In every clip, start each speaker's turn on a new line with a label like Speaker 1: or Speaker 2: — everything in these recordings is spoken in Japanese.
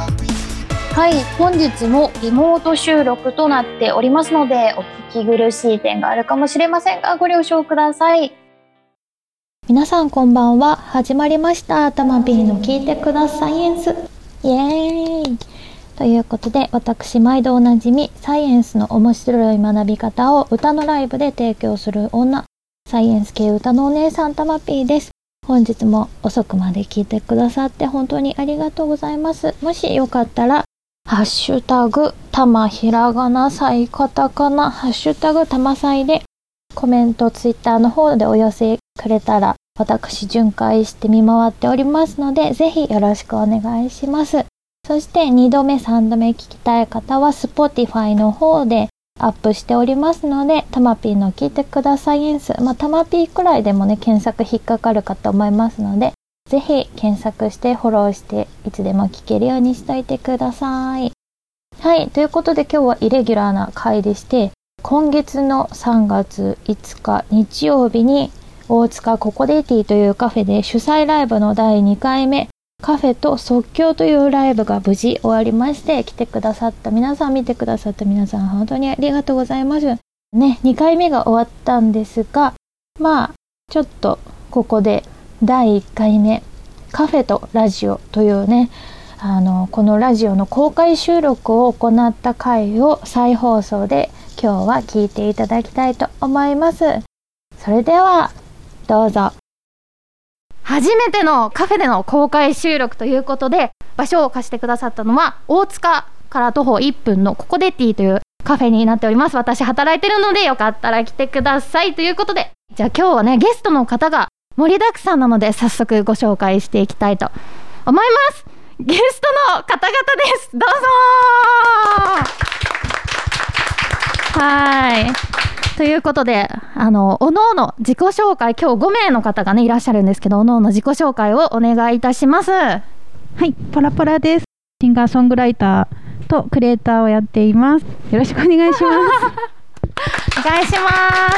Speaker 1: はい、本日もリモート収録となっておりますので、お聞き苦しい点があるかもしれませんが、ご了承ください。
Speaker 2: 皆さんこんばんは始まりましたたまびーの聞いてくださいエンスイエーイということで私毎度おなじみサイエンスの面白い学び方を歌のライブで提供する女サイエンス系歌のお姉さんたまぴーです本日も遅くまで聞いてくださって本当にありがとうございますもしよかったらハッシュタグたまひらがなさいカタカナハッシュタグたまさいでコメント、ツイッターの方でお寄せくれたら、私巡回して見回っておりますので、ぜひよろしくお願いします。そして2度目、3度目聞きたい方は、Spotify の方でアップしておりますので、たまぴーの聞いてくださいエンス。まあ、たまぴーくらいでもね、検索引っかかるかと思いますので、ぜひ検索してフォローして、いつでも聞けるようにしといてください。はい、ということで今日はイレギュラーな回でして、今月の3月5日日曜日に大塚ココデティというカフェで主催ライブの第2回目カフェと即興というライブが無事終わりまして来てくださった皆さん見てくださった皆さん本当にありがとうございますね2回目が終わったんですがまあちょっとここで第1回目カフェとラジオというねあのこのラジオの公開収録を行った回を再放送で今日は聞いていただきたいと思いますそれではどうぞ
Speaker 3: 初めてのカフェでの公開収録ということで場所を貸してくださったのは大塚から徒歩1分のココデティというカフェになっております私働いてるのでよかったら来てくださいということでじゃあ今日はねゲストの方が盛りだくさんなので早速ご紹介していきたいと思いますゲストの方々ですどうぞーはいということで、あの、おのおの自己紹介、今日5名の方がね、いらっしゃるんですけど、おのおの自己紹介をお願いいたします。は
Speaker 4: はい、パラパラです。シンガーソングライターとクリエイターをやっています。よろしくお願いします。
Speaker 3: お願いします。
Speaker 5: は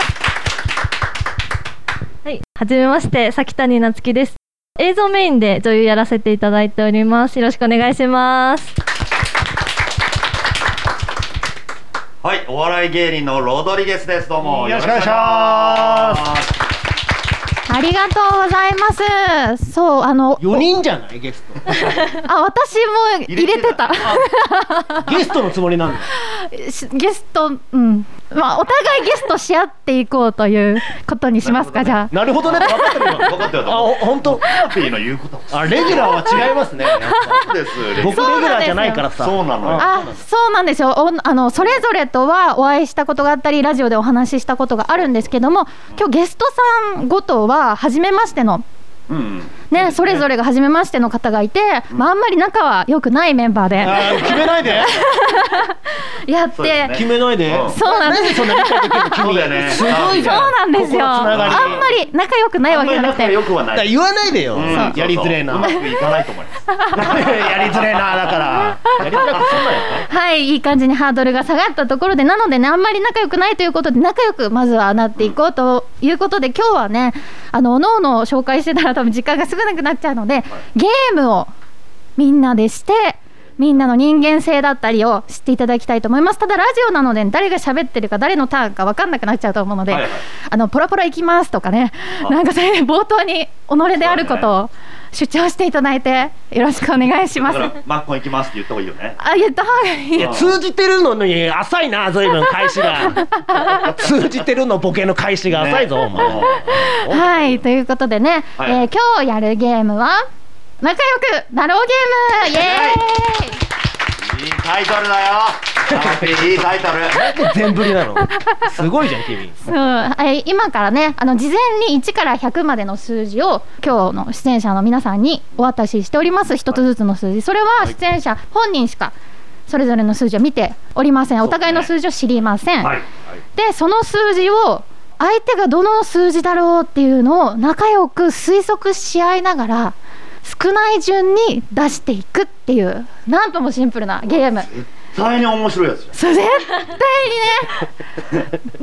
Speaker 5: い、はじめまして、崎谷夏樹です。映像メインで女優やらせていただいております。よろしくお願いします。
Speaker 6: はい、お笑い芸人のロドリゲスです。どうも。
Speaker 7: よろしくお願いします
Speaker 3: ありがとうございます。そう、あの、
Speaker 7: 4人じゃないゲス
Speaker 3: あ、私も入れてた。
Speaker 7: トゲストのつもりなんだ
Speaker 3: しゲスト、うん。まあ、お互いゲストし合っていこうということにしますか、じゃあ。
Speaker 7: なるほどね分かってるよ
Speaker 6: 分かってると
Speaker 7: あ
Speaker 6: 思う。
Speaker 7: 本当
Speaker 6: ハッピーの言うこと。
Speaker 7: あレギュラーは違いますねやっぱ
Speaker 6: そうです。
Speaker 7: 僕レギュラーじゃないからさ
Speaker 6: そうなのよ。
Speaker 3: あそうなんですよおあのそれぞれとはお会いしたことがあったりラジオでお話ししたことがあるんですけども今日ゲストさんごとは初めましての、
Speaker 6: うん。
Speaker 3: ねそれぞれが初めましての方がいて、まあ、あんまり仲は良くないメンバーで
Speaker 7: あー決めないで
Speaker 3: やっ
Speaker 6: そうです
Speaker 3: て
Speaker 6: ね
Speaker 7: 決めないで
Speaker 6: うん
Speaker 3: そうなんです
Speaker 7: なんでそんな理解できるの君
Speaker 6: そうだよね
Speaker 7: すごいじ
Speaker 3: そう
Speaker 7: ゃん
Speaker 3: なんですよ
Speaker 7: ここのつながり
Speaker 3: あんまり仲良くないわけじゃなく
Speaker 6: あんまり仲
Speaker 3: て
Speaker 6: 良くは
Speaker 7: だ
Speaker 6: な
Speaker 7: から
Speaker 6: い。
Speaker 7: 言わないでよ
Speaker 6: うん
Speaker 7: やり づれえな
Speaker 6: そう
Speaker 7: や
Speaker 6: そうう
Speaker 7: り
Speaker 6: まくいかないと思います。
Speaker 7: づれえなだからやりづらくすんなよ
Speaker 3: はいいい感じにハードルが下がったところでなのでねあんまり仲良くないということで仲良くまずはなっていこうということで、今日はねあのおのおの紹介してたら多分時間が少なくなっちゃうので、ゲームをみんなでしてみんなの人間性だったりを知っていただきたいと思いますただラジオなので誰が喋ってるか誰のターンか分かんなくなっちゃうと思うので、
Speaker 6: はいはい
Speaker 3: あのポラポラ行きますとかね
Speaker 6: あ
Speaker 3: なんかそういう冒頭に己であることを主張していただいてよろしくお願いしま
Speaker 6: だ
Speaker 3: す。
Speaker 6: からマッコン行きますって言った方がいいよね。
Speaker 3: あ言った方がいい
Speaker 7: いや 通じてるのに浅いな随分返し が通じてるのボケの返しが浅いぞお前
Speaker 3: はい、ということでね、
Speaker 6: はい
Speaker 3: えー今日やるゲームは仲良くなろうゲームイエー
Speaker 6: いいタイトルだよ。ハッピーいいタイトル。
Speaker 7: 全振りなのすごいじゃん君
Speaker 3: イ、そうはい、今からねあの事前に1から100までの数字を今日の出演者の皆さんにお渡ししております一つずつの数字それは出演者本人しかそれぞれの数字を見ておりませんお互いの数字を知りません、
Speaker 6: はい。
Speaker 3: でその数字を相手がどの数字だろうっていうのを仲良く推測し合いながら少ない順に出していくっていうなんともシンプルなゲーム
Speaker 6: 絶対に面白いやつじゃん
Speaker 3: それ絶対にね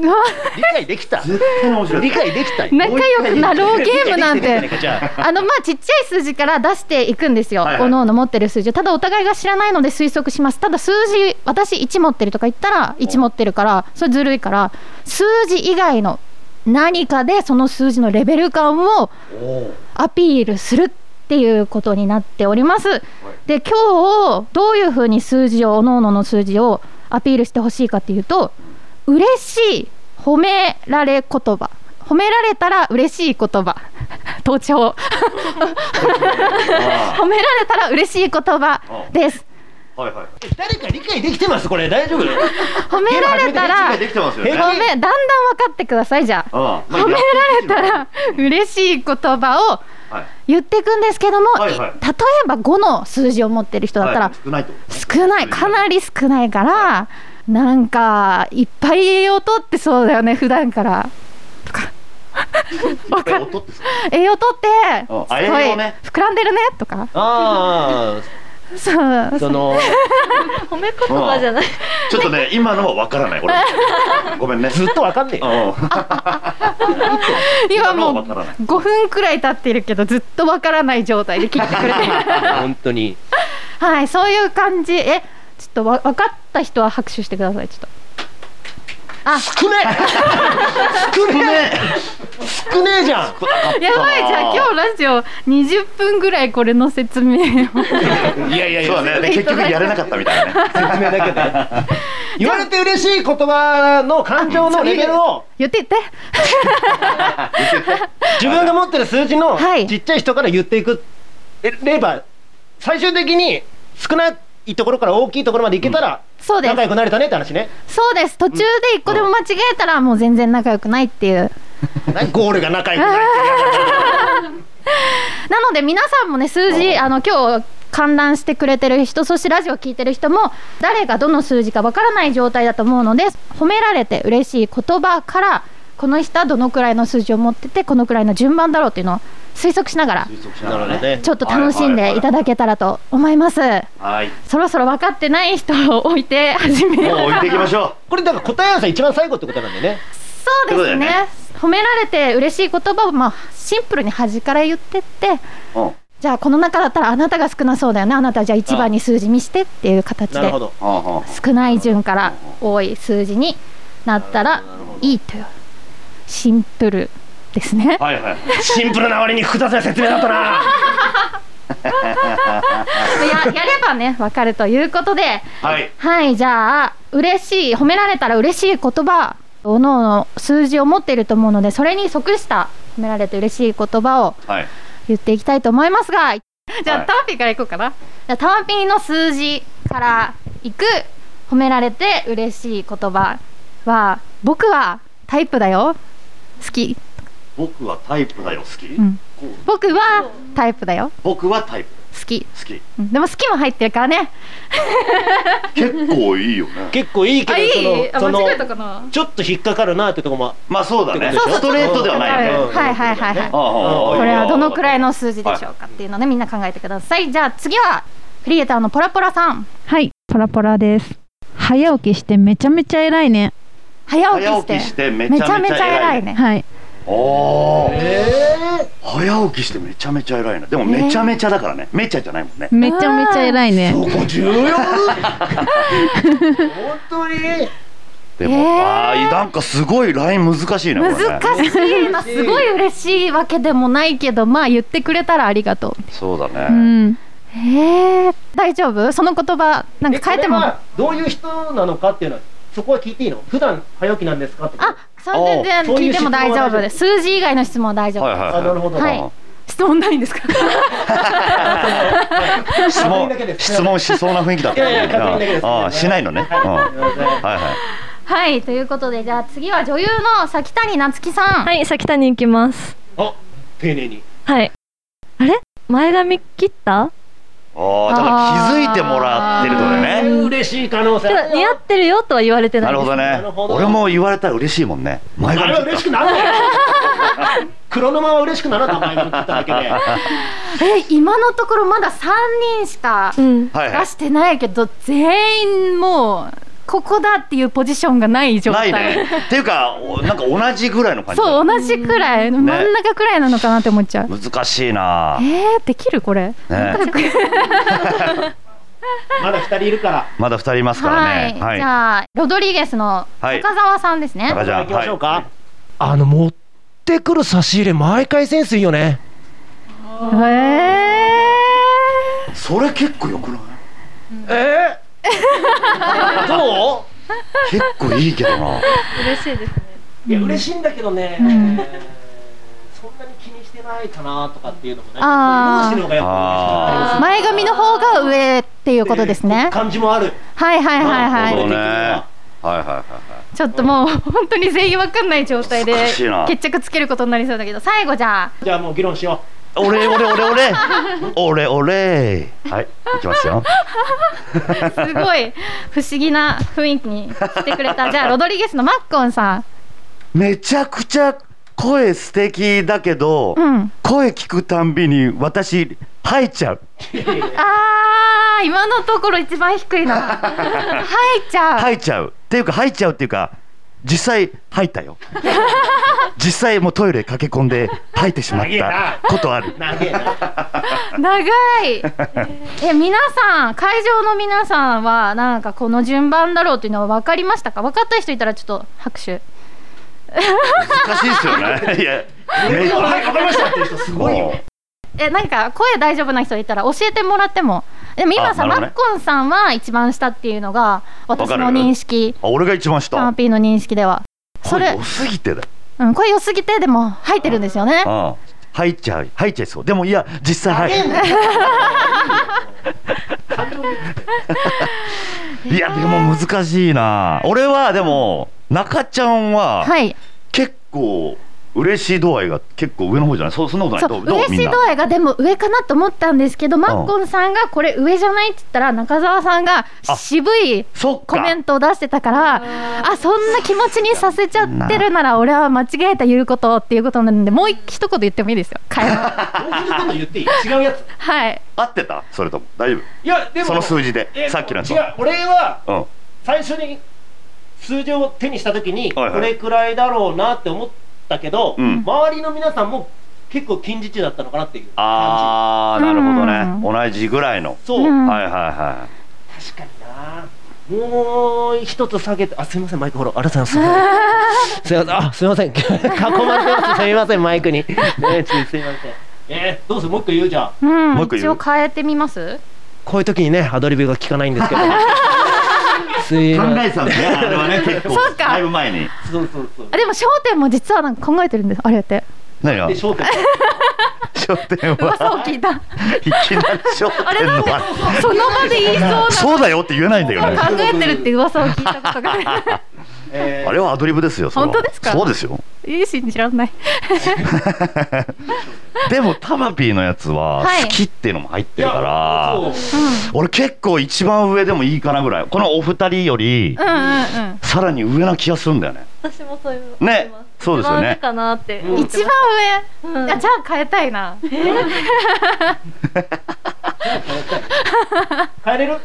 Speaker 7: 理解できた
Speaker 6: 絶対に面白い
Speaker 7: 理
Speaker 6: やつ
Speaker 7: 解できたよ
Speaker 3: 仲良くなろうゲームなん
Speaker 7: 理解
Speaker 3: て
Speaker 7: できじゃあ
Speaker 3: あのまあちっちゃい数字から出していくんですよ、
Speaker 6: はいはい
Speaker 3: おのおの持ってる数字をただお互いが知らないので推測しますただ数字私1持ってるとか言ったら1持ってるからそれずるいから数字以外の何かでその数字のレベル感を
Speaker 6: おー
Speaker 3: アピールするっていうことになっておりますで今日どういうふうに数字をおのおのの数字をアピールしてほしいかっていうと嬉しい褒められ言葉褒められたら嬉しい言葉 盗聴
Speaker 6: あ
Speaker 3: 褒められたら嬉しい言葉です。
Speaker 6: ーはいはい
Speaker 7: 誰か理解できてますこれ大丈夫
Speaker 3: 褒められたら、
Speaker 6: 理解できてますよね
Speaker 3: ごめん、だんだん分かってください、じゃあ。
Speaker 6: あ
Speaker 3: 褒められたら、嬉しい言葉を
Speaker 6: はい
Speaker 3: 言っていくんですけども、
Speaker 6: はい
Speaker 3: い
Speaker 6: はい
Speaker 3: 例えば5の数字を持ってる人だったら、
Speaker 6: はい少ないと
Speaker 3: 少ない、かなり少ないから、なんか、いっぱい栄養取ってそうだよね、普段から。
Speaker 6: いっぱい音ってす
Speaker 3: 栄養取って、す
Speaker 6: あ
Speaker 3: ごい
Speaker 6: あ栄養ね
Speaker 3: 膨らんでるね、とか。
Speaker 7: あ
Speaker 3: そう
Speaker 7: あ、その
Speaker 5: 褒め言葉じゃない。
Speaker 6: ちょっとね今のはわからない俺ごめんね
Speaker 7: ずっとわかんねえ
Speaker 3: 今
Speaker 6: のは
Speaker 3: も
Speaker 6: わ
Speaker 3: う
Speaker 6: からない
Speaker 3: 5分くらい経ってるけどずっとわからない状態で聞いてくれ て
Speaker 7: 本当に
Speaker 3: はいそういう感じえちょっとわ分かった人は拍手してくださいちょっとあ
Speaker 7: 少ねえ少ねえ少ねえじゃん
Speaker 3: やばいじゃあ今日ラジオ20分ぐらいこれの説明を
Speaker 7: いやいやい
Speaker 6: そうだ
Speaker 7: や
Speaker 6: ねで結局やれなかったみたいなね
Speaker 7: 説明だけで言われて嬉しい言葉の感情のレベルを
Speaker 3: 言って言って
Speaker 7: 自分が持ってる数字の
Speaker 3: はい
Speaker 7: ちっちゃい人から言っていくれば最終的に少ないところから大きいところまでいけたら
Speaker 3: そうです
Speaker 7: 仲良くなれたねって話ね
Speaker 3: そうです途中で一個でも間違えたらもう全然仲良くないっていう
Speaker 7: 何ゴールが仲良くなれて
Speaker 3: なので皆さんもね数字あの今日観覧してくれてる人そしてラジオ聞いてる人も誰がどの数字かわからない状態だと思うので褒められて嬉しい言葉からこの人はどのくらいの数字を持っててこのくらいの順番だろうっていうのを推測しながら
Speaker 7: なるほどね
Speaker 3: ちょっと楽しんでいただけたらと思います
Speaker 6: はい
Speaker 3: そろそろ分かってない人を置いて始め
Speaker 6: もう
Speaker 3: よう
Speaker 6: 置いていきましょ
Speaker 7: これだから答え合わせ一番最後ってことなんでね
Speaker 3: そうですね褒められて嬉しい言葉をまあシンプルに端から言ってって
Speaker 6: ううん
Speaker 3: じゃあこの中だったらあなたが少なそうだよねあなたじゃあ1番に数字見してっていう形
Speaker 7: なる
Speaker 3: で
Speaker 7: ほど
Speaker 6: あ
Speaker 3: 少ない順から多い数字になったらいいというシンプルですね
Speaker 6: あはいはい
Speaker 7: シンプルな割に複雑な説明だったな
Speaker 3: ややればねわかるということで
Speaker 6: はい
Speaker 3: はいじゃあ嬉しい褒められたら嬉しい言葉おのおの数字を持っていると思うのでそれに即した褒められて嬉しい言葉を
Speaker 6: はい
Speaker 3: 言っていきたいと思いますがじゃあ、
Speaker 6: はい
Speaker 3: タワピーからいこうかなじゃあタワピーの数字からいく褒められて嬉しい言葉は僕はタイプだよ好き
Speaker 6: 僕はタイプだよ好き、
Speaker 3: ん
Speaker 6: こう
Speaker 3: 僕はタイプだよ
Speaker 6: 僕はタイプ
Speaker 3: 好き
Speaker 6: 好き
Speaker 3: うんでも好きも入ってるからね
Speaker 6: 結構いいよね
Speaker 7: 結構いいけ
Speaker 3: あいい
Speaker 7: ど
Speaker 3: あ
Speaker 7: その
Speaker 3: 間違え
Speaker 7: そ
Speaker 3: た
Speaker 7: の
Speaker 3: かな
Speaker 7: ちょっと引っかかるなってとこも
Speaker 6: まあそうだね
Speaker 7: そうそうそう
Speaker 6: ストレートではないよね
Speaker 7: ん
Speaker 3: はいはいはいはい
Speaker 6: ああああ
Speaker 3: これはどのくらいの数字でしょうかっていうのねみんな考えてくださいじゃあ次はクリエイターのポラポラさん
Speaker 4: はい、ポラポラです。早起きしてめちゃめちゃ偉いね。
Speaker 3: 早
Speaker 6: 早
Speaker 3: 起
Speaker 6: 起
Speaker 3: き
Speaker 6: き
Speaker 3: し
Speaker 6: しててめ
Speaker 3: め
Speaker 6: ち
Speaker 3: ちゃ
Speaker 6: ゃ
Speaker 3: め
Speaker 6: め
Speaker 3: ち
Speaker 6: ち
Speaker 3: ゃ
Speaker 6: ゃ偉
Speaker 3: 偉
Speaker 6: い
Speaker 3: いね
Speaker 4: はい。
Speaker 6: おー早起きしてめちゃめちゃ偉いなでもめちゃめちゃだからねめちゃじゃないもんね
Speaker 4: めちゃめちゃ偉いね。
Speaker 7: ここ重要本当に
Speaker 6: で
Speaker 3: え
Speaker 6: も、
Speaker 3: ー
Speaker 6: あーなんかすごいライン難しいねこれね
Speaker 3: 難しいなすごい嬉しいわけでもないけどまあ言ってくれたらありがとう
Speaker 6: そうだ
Speaker 4: う
Speaker 6: ね、
Speaker 4: ん。
Speaker 3: へえ大丈夫その言葉なんか変えても
Speaker 7: これ
Speaker 3: あ
Speaker 7: はどういう人なのかっていうのはそこは聞いていいの普段早起きなんですかってこと
Speaker 3: それで
Speaker 7: おう
Speaker 3: 聞いても大丈夫です数字以外の質問は大丈夫、
Speaker 6: はいはい
Speaker 7: あなるほど、
Speaker 3: はい質問ないんですか
Speaker 6: 質
Speaker 7: 確認
Speaker 6: 問
Speaker 7: だけです
Speaker 6: 質問しそうな雰囲気だった
Speaker 7: いやいや確認だ けです
Speaker 6: ああしないのね、うんは
Speaker 7: すいません
Speaker 6: いはい
Speaker 3: はいということでじゃあ次は女優の崎谷夏樹さん、
Speaker 5: はい、先谷行きます。
Speaker 7: あ丁寧に
Speaker 5: はい。あれ前髪切っ
Speaker 6: あ
Speaker 5: た
Speaker 6: あだから気づいてもらってるのでね
Speaker 7: 嬉しい可能性
Speaker 5: けど似合ってるよとは言われてない
Speaker 6: な
Speaker 5: で
Speaker 6: る
Speaker 5: す。
Speaker 6: ほどね
Speaker 7: なるほど
Speaker 6: 俺も言われたら嬉しいもんね前
Speaker 7: あれは嬉しくなるね 黒沼は嬉しくなら名前が聞いただけで。
Speaker 3: え今のところまだ3人しか
Speaker 5: うん。
Speaker 6: はいは
Speaker 3: 出
Speaker 6: い
Speaker 3: してないけど全員もうここだっていうポジションがない状
Speaker 6: な
Speaker 3: 態
Speaker 6: い ねっていうかおなんか同じぐらいの感じ
Speaker 3: そう同じくらい、真ん中くらいなのかなって思っちゃう
Speaker 6: 難しいな、
Speaker 3: えー、できるこれ
Speaker 6: ね、
Speaker 7: まだ二人いるから。
Speaker 6: まだ二人いますからね
Speaker 3: はい、じゃあロドリゲスの
Speaker 6: はい
Speaker 3: 中澤さんですね、
Speaker 6: 中澤じゃあ
Speaker 7: 行きましょうか。
Speaker 6: はい
Speaker 7: あの持ってくる差し入れ毎回センスいいよね。
Speaker 6: それ結構よくない
Speaker 7: えー、 どう？
Speaker 6: 結構いいけ どな
Speaker 5: 嬉しいですね。
Speaker 7: いや嬉しいんだけどね、そんなに気にしてないかなとかっていうのもね、
Speaker 3: あー
Speaker 7: こういうのがやっぱ
Speaker 3: 前髪の方が上っていうことですね
Speaker 7: 感じもある。
Speaker 3: はいはいはい
Speaker 6: なる
Speaker 3: は
Speaker 6: ほどね
Speaker 7: はい
Speaker 6: はいはいはい
Speaker 3: いちょっともう本当に全員わかんない状態で
Speaker 6: 難しいな
Speaker 3: 決着つけることになりそうだけど最後じゃあ
Speaker 7: じゃあもう議論しよ
Speaker 6: 俺俺俺俺 俺俺はいいきますよ
Speaker 3: すご い不思議な雰囲気にしてくれたじゃあロドリゲスのマッコンさん
Speaker 6: めちゃくちゃ声素敵だけど、
Speaker 3: うん
Speaker 6: 声聞くたんびに私吐いちゃう
Speaker 3: あー今のところ一番低 いなはいちゃん、
Speaker 6: 吐いちゃうっていうか吐いちゃうっていうか実際吐い たよ実際もうトイレ駆け込んで吐いてしまったことある
Speaker 7: う。長 えな。
Speaker 3: 長い え皆さん会場の皆さんはなんかこの順番だろうというのは分かりましたか分かった人いたらちょっと拍手
Speaker 6: 難しいですよね いやめ
Speaker 7: はい、わかりましたっていう人すご いよ。
Speaker 3: えなんか声大丈夫な人いたら教えてもらってもでも今さ、
Speaker 6: あな
Speaker 3: マッ
Speaker 6: るほどね
Speaker 3: コンさんは一番下っていうのが私
Speaker 6: わか
Speaker 3: の
Speaker 6: る
Speaker 3: 認識
Speaker 6: あ俺が一番
Speaker 3: タマ
Speaker 6: 下
Speaker 3: ピーの認識ではそれ
Speaker 6: 声良すぎてだよ
Speaker 3: うん、声良すぎてでも入ってるんですよね
Speaker 6: うん入っちゃう入っちゃいそうでもいや実際はいいやでも難しいな俺はでも中ちゃんは
Speaker 3: はい
Speaker 6: 結構嬉しい度合いが結構上の方じゃないそうそんなことない
Speaker 3: そう
Speaker 6: どうどう
Speaker 3: 嬉
Speaker 6: み
Speaker 3: し
Speaker 6: ん
Speaker 3: い
Speaker 6: な
Speaker 3: 度合いがでも上かなと思ったんですけど、マッコンさんがこれ上じゃないって言ったら中澤さんが
Speaker 6: あ
Speaker 3: 渋い
Speaker 6: そっ
Speaker 3: コメ
Speaker 6: か
Speaker 3: ントを出してたからあそんな気持ちにさせちゃってるなら俺は間違えた言うことっていうことなんでもう一言言ってもいいですよ会 話
Speaker 7: 同じこと言っていい違うやつ。
Speaker 3: はい
Speaker 6: 合ってたそれとも大丈
Speaker 7: いや、で
Speaker 6: 夫
Speaker 7: も、
Speaker 6: その数字で
Speaker 7: え
Speaker 6: さっきのやつ
Speaker 7: 違う、俺は
Speaker 6: うんは
Speaker 7: 最初に数字を手にしたときに、
Speaker 6: はいはい
Speaker 7: これくらいだろうなって思ったけど、
Speaker 6: うん
Speaker 7: 周りの皆さんも結構近似値だったのかなっていう感
Speaker 6: あーなるほどね同じぐらいの
Speaker 7: じ。そう。
Speaker 3: うん
Speaker 6: はいはいはい
Speaker 7: 確かになもう一つ下げてあすみませんマイクフォローありがとうございますすみませんあすみません 囲まれてますすみませんマイ クにねちすみませんえー、どうするもう一個言うじゃ
Speaker 3: う
Speaker 7: ん
Speaker 3: ん
Speaker 6: もう一個
Speaker 3: 一
Speaker 6: 言う
Speaker 3: 応変えてみます
Speaker 7: こういう時にねアドリブが効かないんですけど すい
Speaker 6: 考
Speaker 7: ません
Speaker 6: えてたんだねあれはね結構
Speaker 3: そうか
Speaker 6: だいぶ前に
Speaker 7: そうそうそう
Speaker 3: あでも焦点も実はなんか考えてるんですあれやって
Speaker 6: 何が
Speaker 7: で焦 点
Speaker 6: 商店
Speaker 3: 噂を
Speaker 6: は
Speaker 3: 聞いた
Speaker 6: いきなり商店の 話
Speaker 3: その場で言いそうな
Speaker 6: そうだよって言えないんだよね
Speaker 3: 考えてるって噂を聞いたことがある
Speaker 7: えー
Speaker 6: あれはアドリブですよそれは
Speaker 3: 本当ですか
Speaker 6: そうで すよ
Speaker 3: いい信じらんない
Speaker 6: でもタマピーのやつは
Speaker 3: はい
Speaker 6: 好きっていうのも入ってるから、
Speaker 7: いやそう
Speaker 6: 俺結構一番上でもいいかなぐらいこのお二人より
Speaker 3: うんうんうん
Speaker 6: さらに上な気がするんだよね
Speaker 5: 私もそういうの。
Speaker 6: ねそうですよね
Speaker 5: 一番上かなって
Speaker 7: うん
Speaker 5: 思っ
Speaker 3: 一
Speaker 5: て
Speaker 3: 番
Speaker 5: ま
Speaker 3: 上、
Speaker 5: す。
Speaker 3: いやじゃあ変えたいな
Speaker 7: 変えれる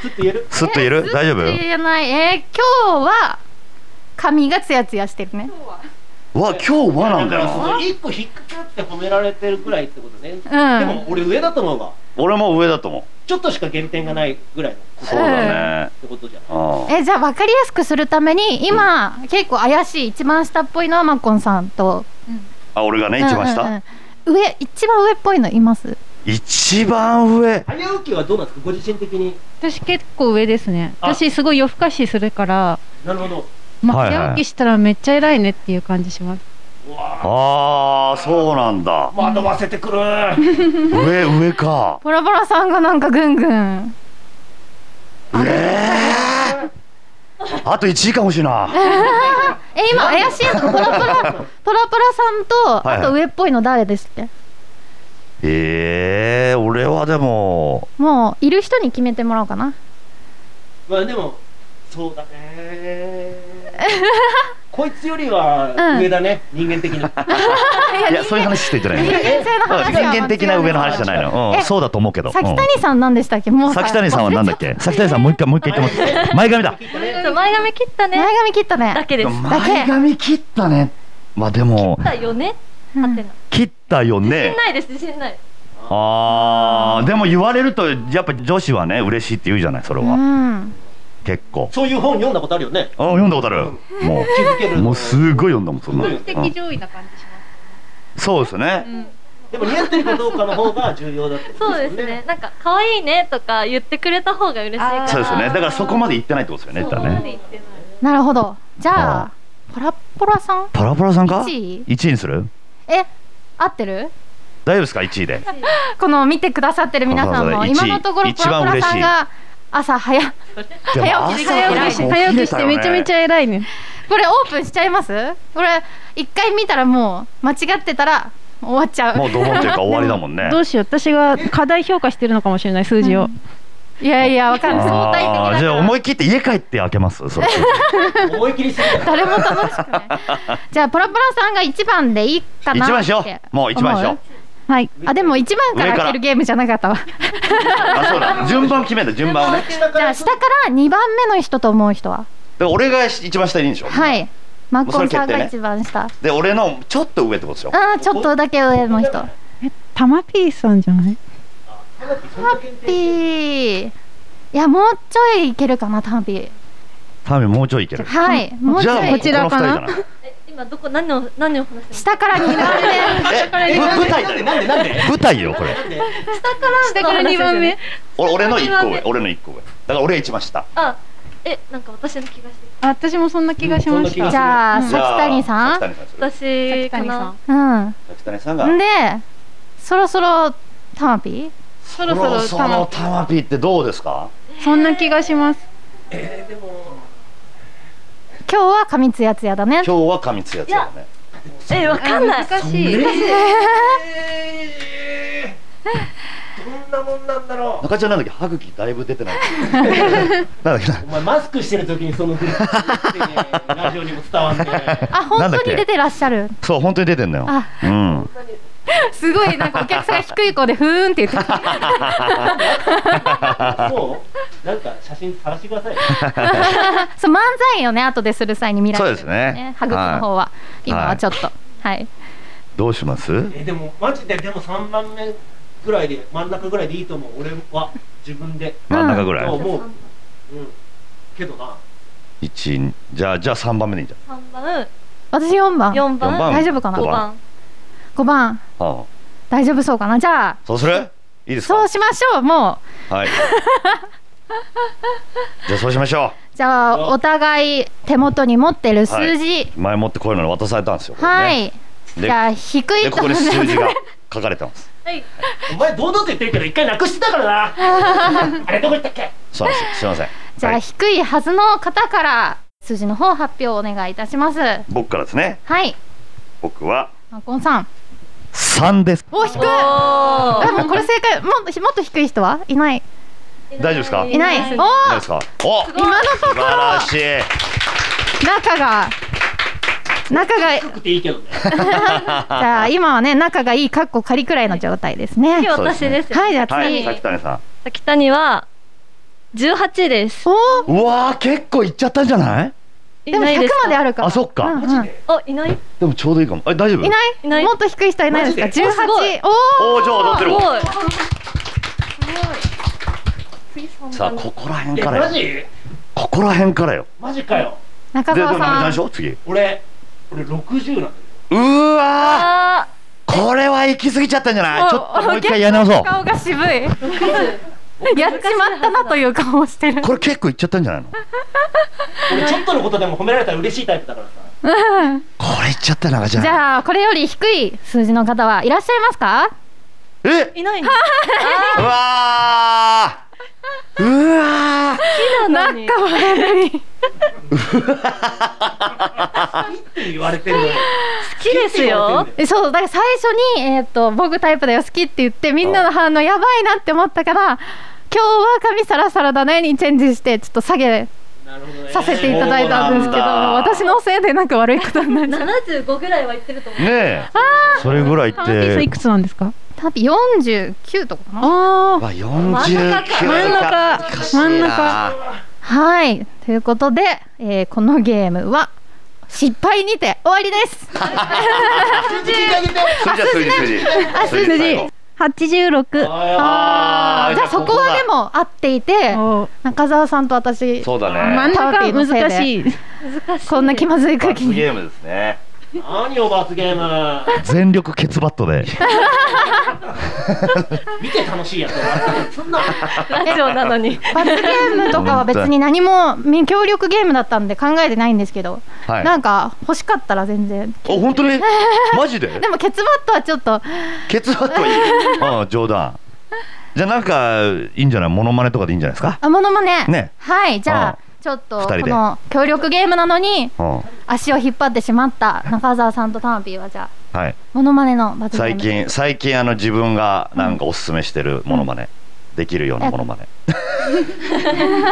Speaker 7: ずっと言える
Speaker 6: スッと言える大丈
Speaker 3: 言えないえー今日は髪がツヤツヤしてるね
Speaker 6: 夫わ今日はなんだよ
Speaker 7: だからそ
Speaker 6: な
Speaker 7: の一個引っ掛かって褒められてるぐらいってことね、
Speaker 3: うん
Speaker 7: でも俺上だと思うわ
Speaker 6: 俺も上だと思
Speaker 7: ちょっとしか減点がないぐらいのこ
Speaker 6: う
Speaker 7: と
Speaker 6: そうだね
Speaker 7: ってことじゃん
Speaker 6: うん
Speaker 3: えじゃあ分かりやすくするために今、結構怪しい一番下っぽいのはマッコンさんと
Speaker 6: あ俺がね一番下、
Speaker 3: うんうんうん上一番上っぽいのいます
Speaker 6: 一番上
Speaker 7: 早起きはどうなんですかご自身的に
Speaker 8: 私結構上ですね
Speaker 7: あ
Speaker 8: 私すごい夜更かしするから、
Speaker 7: なるほど
Speaker 8: まあ
Speaker 6: はいはい
Speaker 8: 早起きしたらめっちゃ偉いねっていう感じします
Speaker 7: うわあ
Speaker 6: ああそうなんだ
Speaker 7: 惑わせてくる
Speaker 6: 上上か
Speaker 3: ボラボラさんがなんかぐんぐん
Speaker 6: えー、あと1位かもしれな
Speaker 3: え
Speaker 6: い
Speaker 3: 今怪しいの ボラボラボラボラさんと
Speaker 6: はいはい
Speaker 3: あと上っぽいの誰ですって、
Speaker 6: ええ俺はでも、
Speaker 3: もういる人に決めてもらおうかな
Speaker 7: まあでもそうだねこいつよりは上だね、人間的に。
Speaker 6: いや、そういう話してんじゃないの。
Speaker 3: 人間性の
Speaker 6: うん
Speaker 3: 話
Speaker 6: 人
Speaker 3: は
Speaker 6: 間的な上の話じゃないの。うん
Speaker 3: え
Speaker 6: そうだと思うけど。
Speaker 3: 先谷さんなんでしたっけも
Speaker 6: う
Speaker 3: うんさ
Speaker 6: 先谷さんはなんだっけ先谷さんもう一回もう一回言ってもらって。前髪だ。
Speaker 5: そう前髪切ったね
Speaker 3: 前髪切ったね
Speaker 5: だけ です。切っ
Speaker 6: 前髪切ったね。まあでも、
Speaker 5: たよね。
Speaker 3: うん
Speaker 5: 合ってな
Speaker 6: 切ったよね
Speaker 5: い。。ないです自信ない。
Speaker 6: ああ、でも言われると、やっぱ女子はね、嬉しいって言うじゃない、それ
Speaker 3: う
Speaker 6: は。
Speaker 3: ん
Speaker 6: 結構。
Speaker 7: そういう本読んだことあるよね。
Speaker 6: あ読んだことある。も
Speaker 7: 気づける
Speaker 6: う、もうすごい読んだもん、そんな。う
Speaker 8: 比較的
Speaker 6: ん
Speaker 8: 上位な感じしま
Speaker 6: そうですよね。
Speaker 7: でも似合ってるかどうかの方が重要だってこ
Speaker 5: そ
Speaker 7: と
Speaker 5: う
Speaker 7: で
Speaker 5: です
Speaker 7: よ
Speaker 5: すね。なんか可愛いねとか言ってくれた方が嬉しいから。
Speaker 6: そうですよね。だからそこまで行ってないってことですよね。だね。
Speaker 3: なるほどじゃ
Speaker 6: あ
Speaker 3: あポラッポラさん
Speaker 6: パラパラさんか
Speaker 3: 1位
Speaker 6: 1位にする
Speaker 3: え合ってる
Speaker 6: 大丈夫ですか1位で。
Speaker 3: この見てくださってる皆さん
Speaker 6: そうそう
Speaker 3: も
Speaker 6: そう
Speaker 3: 今のところ
Speaker 6: 一
Speaker 3: ポラ
Speaker 6: 番
Speaker 3: ポラ
Speaker 6: 嬉しい
Speaker 3: さんが朝早い
Speaker 6: でも朝
Speaker 8: す。
Speaker 6: から
Speaker 8: 早
Speaker 6: も
Speaker 8: 起
Speaker 6: う
Speaker 8: きし
Speaker 6: 切れたよね
Speaker 8: 早起きしてめちゃめちゃ偉いね。
Speaker 3: これオープンしちゃいますこれ一回見たらもう間違ってたら終わっちゃう
Speaker 6: もうドボンというか終わりだもん ね。
Speaker 8: どうしよう私が過大評価してるのかもしれない数字を。
Speaker 3: いやいやわかんない相対的だ
Speaker 6: あ
Speaker 3: か
Speaker 6: ー
Speaker 3: ら
Speaker 6: じゃあ思い切って家帰って開けますそれ
Speaker 7: ね。思い切りすぎた
Speaker 3: 誰
Speaker 7: ら。
Speaker 3: も楽しくないじゃあポラポラさんが1番でいいか
Speaker 6: 一
Speaker 3: な
Speaker 6: 番しよ
Speaker 3: って
Speaker 6: うもう一番しよ う
Speaker 8: はい。
Speaker 3: あでも1番から開けるゲームじゃなかったわ
Speaker 6: あそうだ順番決めんだ順番 をね
Speaker 7: 下か
Speaker 3: じゃあ
Speaker 7: ら
Speaker 3: 下から2番目の人と思う人は
Speaker 6: で俺が一番下にいいんでしょ
Speaker 3: はいマッコンさんが一番下、
Speaker 6: で俺のちょっと上ってことですよ
Speaker 3: あーちょっとだけ上の人
Speaker 8: タマピーさんじゃない？
Speaker 3: ピーいやもうちょいいけるかなタンピー
Speaker 6: タミもうちょいいける
Speaker 3: はいもうち
Speaker 6: じ
Speaker 3: ょ
Speaker 6: ゃあもう
Speaker 3: い
Speaker 6: この二人じゃない
Speaker 5: 今どこ何を何を話してる。
Speaker 3: 下から2番目
Speaker 6: えぶ舞台
Speaker 7: なん
Speaker 6: だ
Speaker 7: で
Speaker 6: よ
Speaker 7: なんでなんで。
Speaker 6: 舞台よこれ
Speaker 5: 下から二番目。
Speaker 6: 俺俺の一個
Speaker 5: 二番
Speaker 6: 上
Speaker 5: 目
Speaker 6: 俺の一個上だから俺一番下
Speaker 5: あ、えなんか私の気がしてる。
Speaker 8: あ私もそんな気がしまし
Speaker 7: うんそんな
Speaker 8: た
Speaker 7: 気がす。
Speaker 3: じゃあ
Speaker 8: うん
Speaker 3: 先谷さん
Speaker 6: じゃあ先谷
Speaker 8: 谷さ。
Speaker 6: さん
Speaker 5: 私かなん
Speaker 3: うん
Speaker 6: 先谷さんが
Speaker 3: でそろそろタマピー
Speaker 8: そ
Speaker 6: そ
Speaker 8: ろそろ
Speaker 6: そのタマピーってどうですか
Speaker 8: そんな気がします。
Speaker 3: 今日は髪ツヤツヤだね
Speaker 6: 今日は髪つやつやね
Speaker 5: えわかんない。
Speaker 8: 難し い。
Speaker 7: えーどんなもんなんだろう。
Speaker 6: 中ちゃんなんだっけ歯茎だいぶ出て ないなんだっけな
Speaker 7: お前マスクしてる時にその振り ってねラジオにも伝わん ね。
Speaker 3: あ
Speaker 6: なん
Speaker 3: 本
Speaker 6: だっ
Speaker 3: 当
Speaker 6: け
Speaker 3: に出てらっしゃる
Speaker 6: そう本当に出てんのよ
Speaker 3: あ
Speaker 6: うん
Speaker 3: すごいなんかお客さんが低い声でふーんって言ってた
Speaker 7: そう。なんか写真探してくだ さい。
Speaker 3: そう漫才をね後でする際に見られ
Speaker 6: そう
Speaker 3: る
Speaker 6: ですね
Speaker 3: 歯茎の方は、今はちょっとはい
Speaker 6: どうします
Speaker 7: えでもマジででも三番目ぐらいで真ん中ぐらいでいいと思う。俺は自分で。
Speaker 6: 真ん中ぐら
Speaker 7: と
Speaker 6: い
Speaker 7: 思う。うん。けどな。
Speaker 6: 一じゃあじゃあ3番目でいいんじ
Speaker 5: 三番、
Speaker 3: 私4番
Speaker 5: 四
Speaker 6: ゃん4
Speaker 5: 番、
Speaker 6: 番
Speaker 3: 大丈夫かな
Speaker 5: 五番。
Speaker 3: 5番
Speaker 6: うん
Speaker 3: 大丈夫そうかなじゃあ
Speaker 6: そうするいいですか
Speaker 3: そうしましょうも
Speaker 6: はい じゃあそうしましょ
Speaker 3: うじゃあお互い手元に持ってる数字、
Speaker 6: う前もってこういうの渡されたんですよこれね
Speaker 3: はい、じゃあ低
Speaker 6: で
Speaker 3: い
Speaker 6: で
Speaker 3: と
Speaker 6: ここ
Speaker 3: 思う
Speaker 6: に数字が書かれてます
Speaker 7: お前堂々と言ってるけど一回なくしてたから な。あれどこ行ったっけ。
Speaker 6: そうなんですすいません
Speaker 3: じゃ
Speaker 6: は
Speaker 3: あ
Speaker 6: い
Speaker 3: 低いはずの方から数字の方発表をお願いいたしますは
Speaker 6: 僕からですね
Speaker 3: い
Speaker 6: 僕は
Speaker 3: マコンさん
Speaker 6: 3です
Speaker 3: お低い
Speaker 5: お
Speaker 3: あもうこれ正解もっともっと低い人はいない
Speaker 5: ー
Speaker 6: 大丈夫ですか
Speaker 3: いないお
Speaker 6: どう
Speaker 3: お
Speaker 6: ですかお素
Speaker 3: 今のとこ
Speaker 6: 晴らし
Speaker 3: ろ
Speaker 6: い
Speaker 3: 中が仲がじ
Speaker 7: 低くていいけどね。
Speaker 3: ゃ あ今はね仲がいいかっこ仮くらいの状態ですね
Speaker 5: 今日私です。
Speaker 3: はいじゃあ
Speaker 6: は
Speaker 3: 次、
Speaker 6: い滝谷さん
Speaker 5: 滝谷は十八です。
Speaker 3: おお
Speaker 6: うわー結構いっちゃったんじゃない
Speaker 3: でも
Speaker 5: い
Speaker 3: 100
Speaker 5: ないですか
Speaker 3: まであるから
Speaker 6: あそっか
Speaker 3: うんうん
Speaker 5: おいない。
Speaker 6: でもちょうどいいかもえ大丈夫
Speaker 3: いない
Speaker 5: いない
Speaker 3: もっと低い人はいないですか
Speaker 7: マジで
Speaker 3: 18
Speaker 5: すごい
Speaker 3: おお
Speaker 6: おおじゃあ踊って
Speaker 5: す
Speaker 6: るわ
Speaker 5: ごい。
Speaker 6: さあここら辺
Speaker 7: え
Speaker 6: から
Speaker 7: マ
Speaker 6: よ
Speaker 7: ジ
Speaker 6: ここら辺からよ
Speaker 7: マジかよ。
Speaker 3: 中
Speaker 6: で、でも何
Speaker 3: 澤
Speaker 6: でし
Speaker 3: さん
Speaker 6: ょう次う
Speaker 7: 俺俺六十なんだよ。
Speaker 6: ーわ
Speaker 5: あ
Speaker 6: ーこれは行き過ぎちゃったんじゃないちょっともう一
Speaker 3: お
Speaker 6: 回やり直そう
Speaker 3: 顔が渋いやっち まったなという顔をして る
Speaker 6: これ結構いっちゃったんじゃないのこ
Speaker 7: 俺ちょっとのことでも褒められたら嬉しいタイプだからさ。
Speaker 6: れいっちゃったなじゃ
Speaker 3: じ
Speaker 6: あ
Speaker 3: ゃあこれより低い数字の方はいらっしゃいますか
Speaker 6: え
Speaker 5: ーいない。
Speaker 6: うわーうわ
Speaker 5: なんか
Speaker 7: って言われてるのよ。
Speaker 5: 好きですよ。
Speaker 3: えそうだから最初に、えー、と僕タイプだよ好きって言ってみんなの反応やばいなって思ったから今日は髪サラサラだねにチェンジしてちょっと下げさせていただいたんですけど、
Speaker 6: そうなんだ
Speaker 3: 私のせいでなんか悪いことにな っちゃう。
Speaker 5: 75ぐらいは言ってると思う。
Speaker 6: えそれぐらいっ
Speaker 8: マーキーさんい
Speaker 6: て
Speaker 8: くつなんですか
Speaker 3: 多分49とかかな。
Speaker 8: あ
Speaker 6: わ49か
Speaker 8: 真ん中真ん中
Speaker 3: はい。ということで、えーこのゲームは失敗にて終わりです。
Speaker 6: それじゃあ数字数字
Speaker 8: 数字86
Speaker 3: あ
Speaker 6: あ
Speaker 3: ーじゃあそこはでも合っていて、
Speaker 8: お
Speaker 3: 中澤さんと私、
Speaker 9: そうだ
Speaker 8: 真
Speaker 9: ね
Speaker 8: ん
Speaker 3: パーティ
Speaker 8: 中
Speaker 3: ーのせいで
Speaker 8: 難しい
Speaker 3: こんな気まずい空気
Speaker 9: 罰
Speaker 3: に。
Speaker 9: ゲームですね
Speaker 7: 何を罰ゲーム
Speaker 6: 全力ケツバットで
Speaker 7: 見て楽しいやつそんな
Speaker 5: ラジオなのに。
Speaker 3: 罰ゲームとかは別に何もみ協力ゲームだったんで考えてないんですけど、
Speaker 6: はい
Speaker 3: な
Speaker 6: あ
Speaker 3: んか欲しかったら全然。
Speaker 6: 本当にマジで
Speaker 3: でもケツバットはちょっと
Speaker 6: ケツバット いいああ冗談じゃあなんかいいんじゃないモノマネとかでいいんじゃないですか
Speaker 3: あものもね
Speaker 6: ね
Speaker 3: はいじゃあ
Speaker 6: あ
Speaker 3: ちょっと
Speaker 6: 二人で
Speaker 3: この協力ゲームなのに
Speaker 6: うん
Speaker 3: 足を引っ張ってしまった中澤さんとタマピーはじゃあ
Speaker 6: はい
Speaker 3: ものまねの罰ゲーム
Speaker 6: 最 近最近あの自分がなんかおすすめしてるモノマネできるようなモノマネ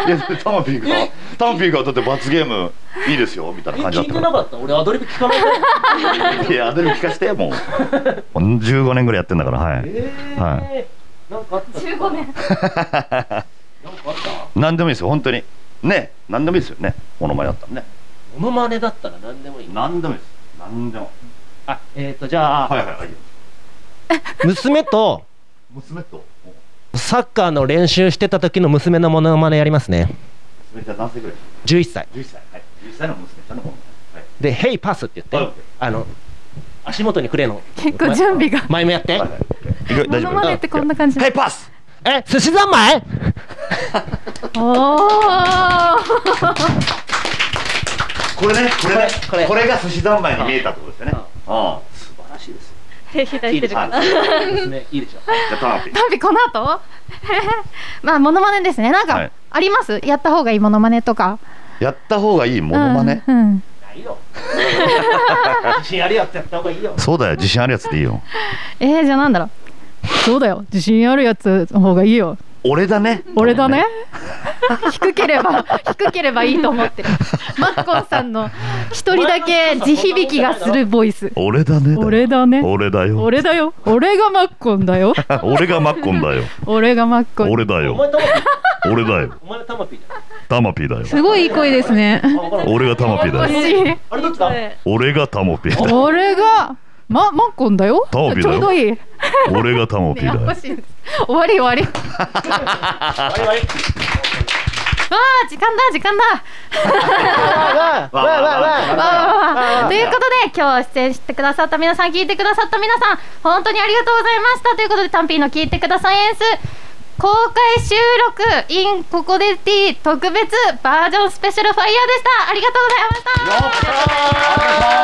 Speaker 6: いやタマピーがタマピーがだって罰ゲームいいですよみたいな感じだ
Speaker 7: 聞
Speaker 6: っ
Speaker 7: い
Speaker 6: た
Speaker 7: て
Speaker 6: か
Speaker 7: な
Speaker 6: ら
Speaker 7: かった俺アドリブ聞かない
Speaker 6: いや、アドリブ聞かして、 もう。15年ぐらいやってんだから、はい。
Speaker 7: えー
Speaker 6: は
Speaker 7: なんかあった15年なんかあった
Speaker 6: 何でもいいですよ、本当に。ね、何でもいいですよね。モノマネだったらね。
Speaker 7: モノマネだったら何でもいい
Speaker 6: 何でもいいです。何でも。
Speaker 7: あえっ、ー、とじゃあ、
Speaker 6: はいはいはい。
Speaker 7: 娘と
Speaker 6: 娘と、
Speaker 7: サッカーの練習してた時の娘のモノマネやりますね
Speaker 6: 娘ちゃん何歳ぐらい
Speaker 7: 11歳
Speaker 6: ?11 歳。はい。11歳の娘ちゃんのモノマネ。はい。
Speaker 7: で「ヘイパス」って言
Speaker 6: はい
Speaker 7: ってあの足元にくれの
Speaker 3: 結構準備が
Speaker 7: 前もやって
Speaker 6: はいはいいくよ大丈
Speaker 3: も
Speaker 6: 夫
Speaker 3: のまねってこんな感じ
Speaker 6: はい、パス
Speaker 7: え寿司三昧
Speaker 6: これね、これね、
Speaker 7: こ
Speaker 6: こ
Speaker 7: れ
Speaker 6: れ
Speaker 7: こ
Speaker 6: が寿司三昧に見えたってことですよね。うん。素晴らしいですよ。
Speaker 5: 左手で
Speaker 6: はいじ
Speaker 7: 娘いいでしょ
Speaker 6: ゃあ、タマピー。
Speaker 3: タマピーこの後 まあものまねですねなん
Speaker 6: は
Speaker 3: か
Speaker 6: い
Speaker 3: ありますやった方がいいものまねとか
Speaker 6: やった方がいいモノマネ
Speaker 3: うん
Speaker 7: ないよ自信あるやつやった方がいいよ
Speaker 6: そうだよ、自信あるやつでいいよ。
Speaker 3: えー、じゃあなんだろうそうだよ自信あるやつの方がいいよ
Speaker 6: 俺だね。
Speaker 3: 俺だね低ければ低ければいいと思 ってるマッコンさんの一人だけ地響きがするボイス
Speaker 6: 俺だね。
Speaker 3: 俺だね
Speaker 6: 俺だよ。
Speaker 3: 俺だよ俺がマッコンだよ
Speaker 6: 俺がマッコンだよ。
Speaker 3: 俺がマッコン
Speaker 6: 俺だ
Speaker 7: お
Speaker 6: よ。
Speaker 7: 前タマピー
Speaker 6: 俺だよ。
Speaker 7: お前のタマピーじゃない
Speaker 6: タマピーだよ。
Speaker 8: すごいいい声ですね
Speaker 7: あわからん
Speaker 6: 俺がタマピ ーだよ。
Speaker 7: あれどっちだ
Speaker 6: 俺がタモピーだよ。
Speaker 3: 俺がママッコンだよ
Speaker 6: タモピー
Speaker 3: ち
Speaker 6: だ
Speaker 3: ょう
Speaker 6: よ
Speaker 3: どいい
Speaker 6: 俺がタモピー
Speaker 3: や
Speaker 6: だ
Speaker 3: やこ
Speaker 6: よ。
Speaker 3: しいです終わり終わり
Speaker 7: あれあれ
Speaker 3: わあ時間だ時間だ
Speaker 7: わあわあわあわ
Speaker 3: わあ
Speaker 7: あ
Speaker 3: わあわあということで今日出演してくださった皆さん聞いてくださった皆さん本当にありがとうございましたということで単品の聞いてください演出公開収録 in ここで T 特別バージョンスペシャルファイヤーでしたありがとうございました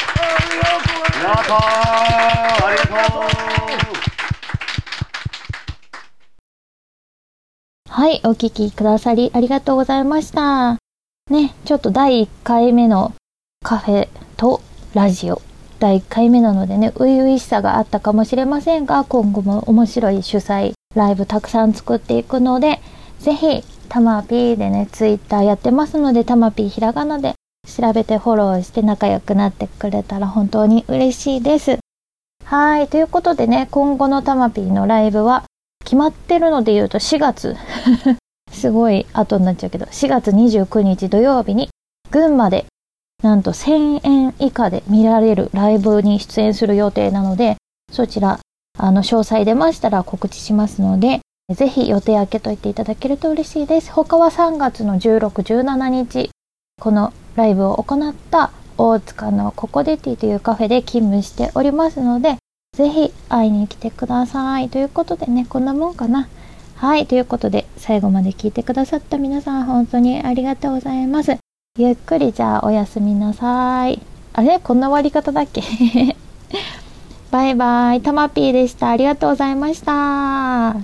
Speaker 6: やったーありがとう
Speaker 2: はい、お聞きくださりありがとうございました。ね、ちょっと第1回目のカフェとラジオ。第1回目なのでね、初々しさがあったかもしれませんが、今後も面白い主催、ライブたくさん作っていくので、ぜひ、たまぴーでね、ツイッターやってますので、たまぴーひらがなで調べてフォローして仲良くなってくれたら本当に嬉しいです。はい、ということでね、今後のたまぴーのライブは、決まってるので言うと4月すごい後になっちゃうけど、4月29日土曜日に群馬でなんと1000円以下で見られるライブに出演する予定なので、そちら、あの、詳細出ましたら告知しますので、ぜひ予定開けといていただけると嬉しいです。他は3月の16、17日、このライブを行った大塚のココデティというカフェで勤務しておりますので、ぜひ会いに来てください。ということでね、こんなもんかな。はい、ということで最後まで聞いてくださった皆さん本当にありがとうございます。ゆっくりじゃあおやすみなさい。あれこんな終わり方だっけ バイバイ。たまぴーでした。ありがとうございました。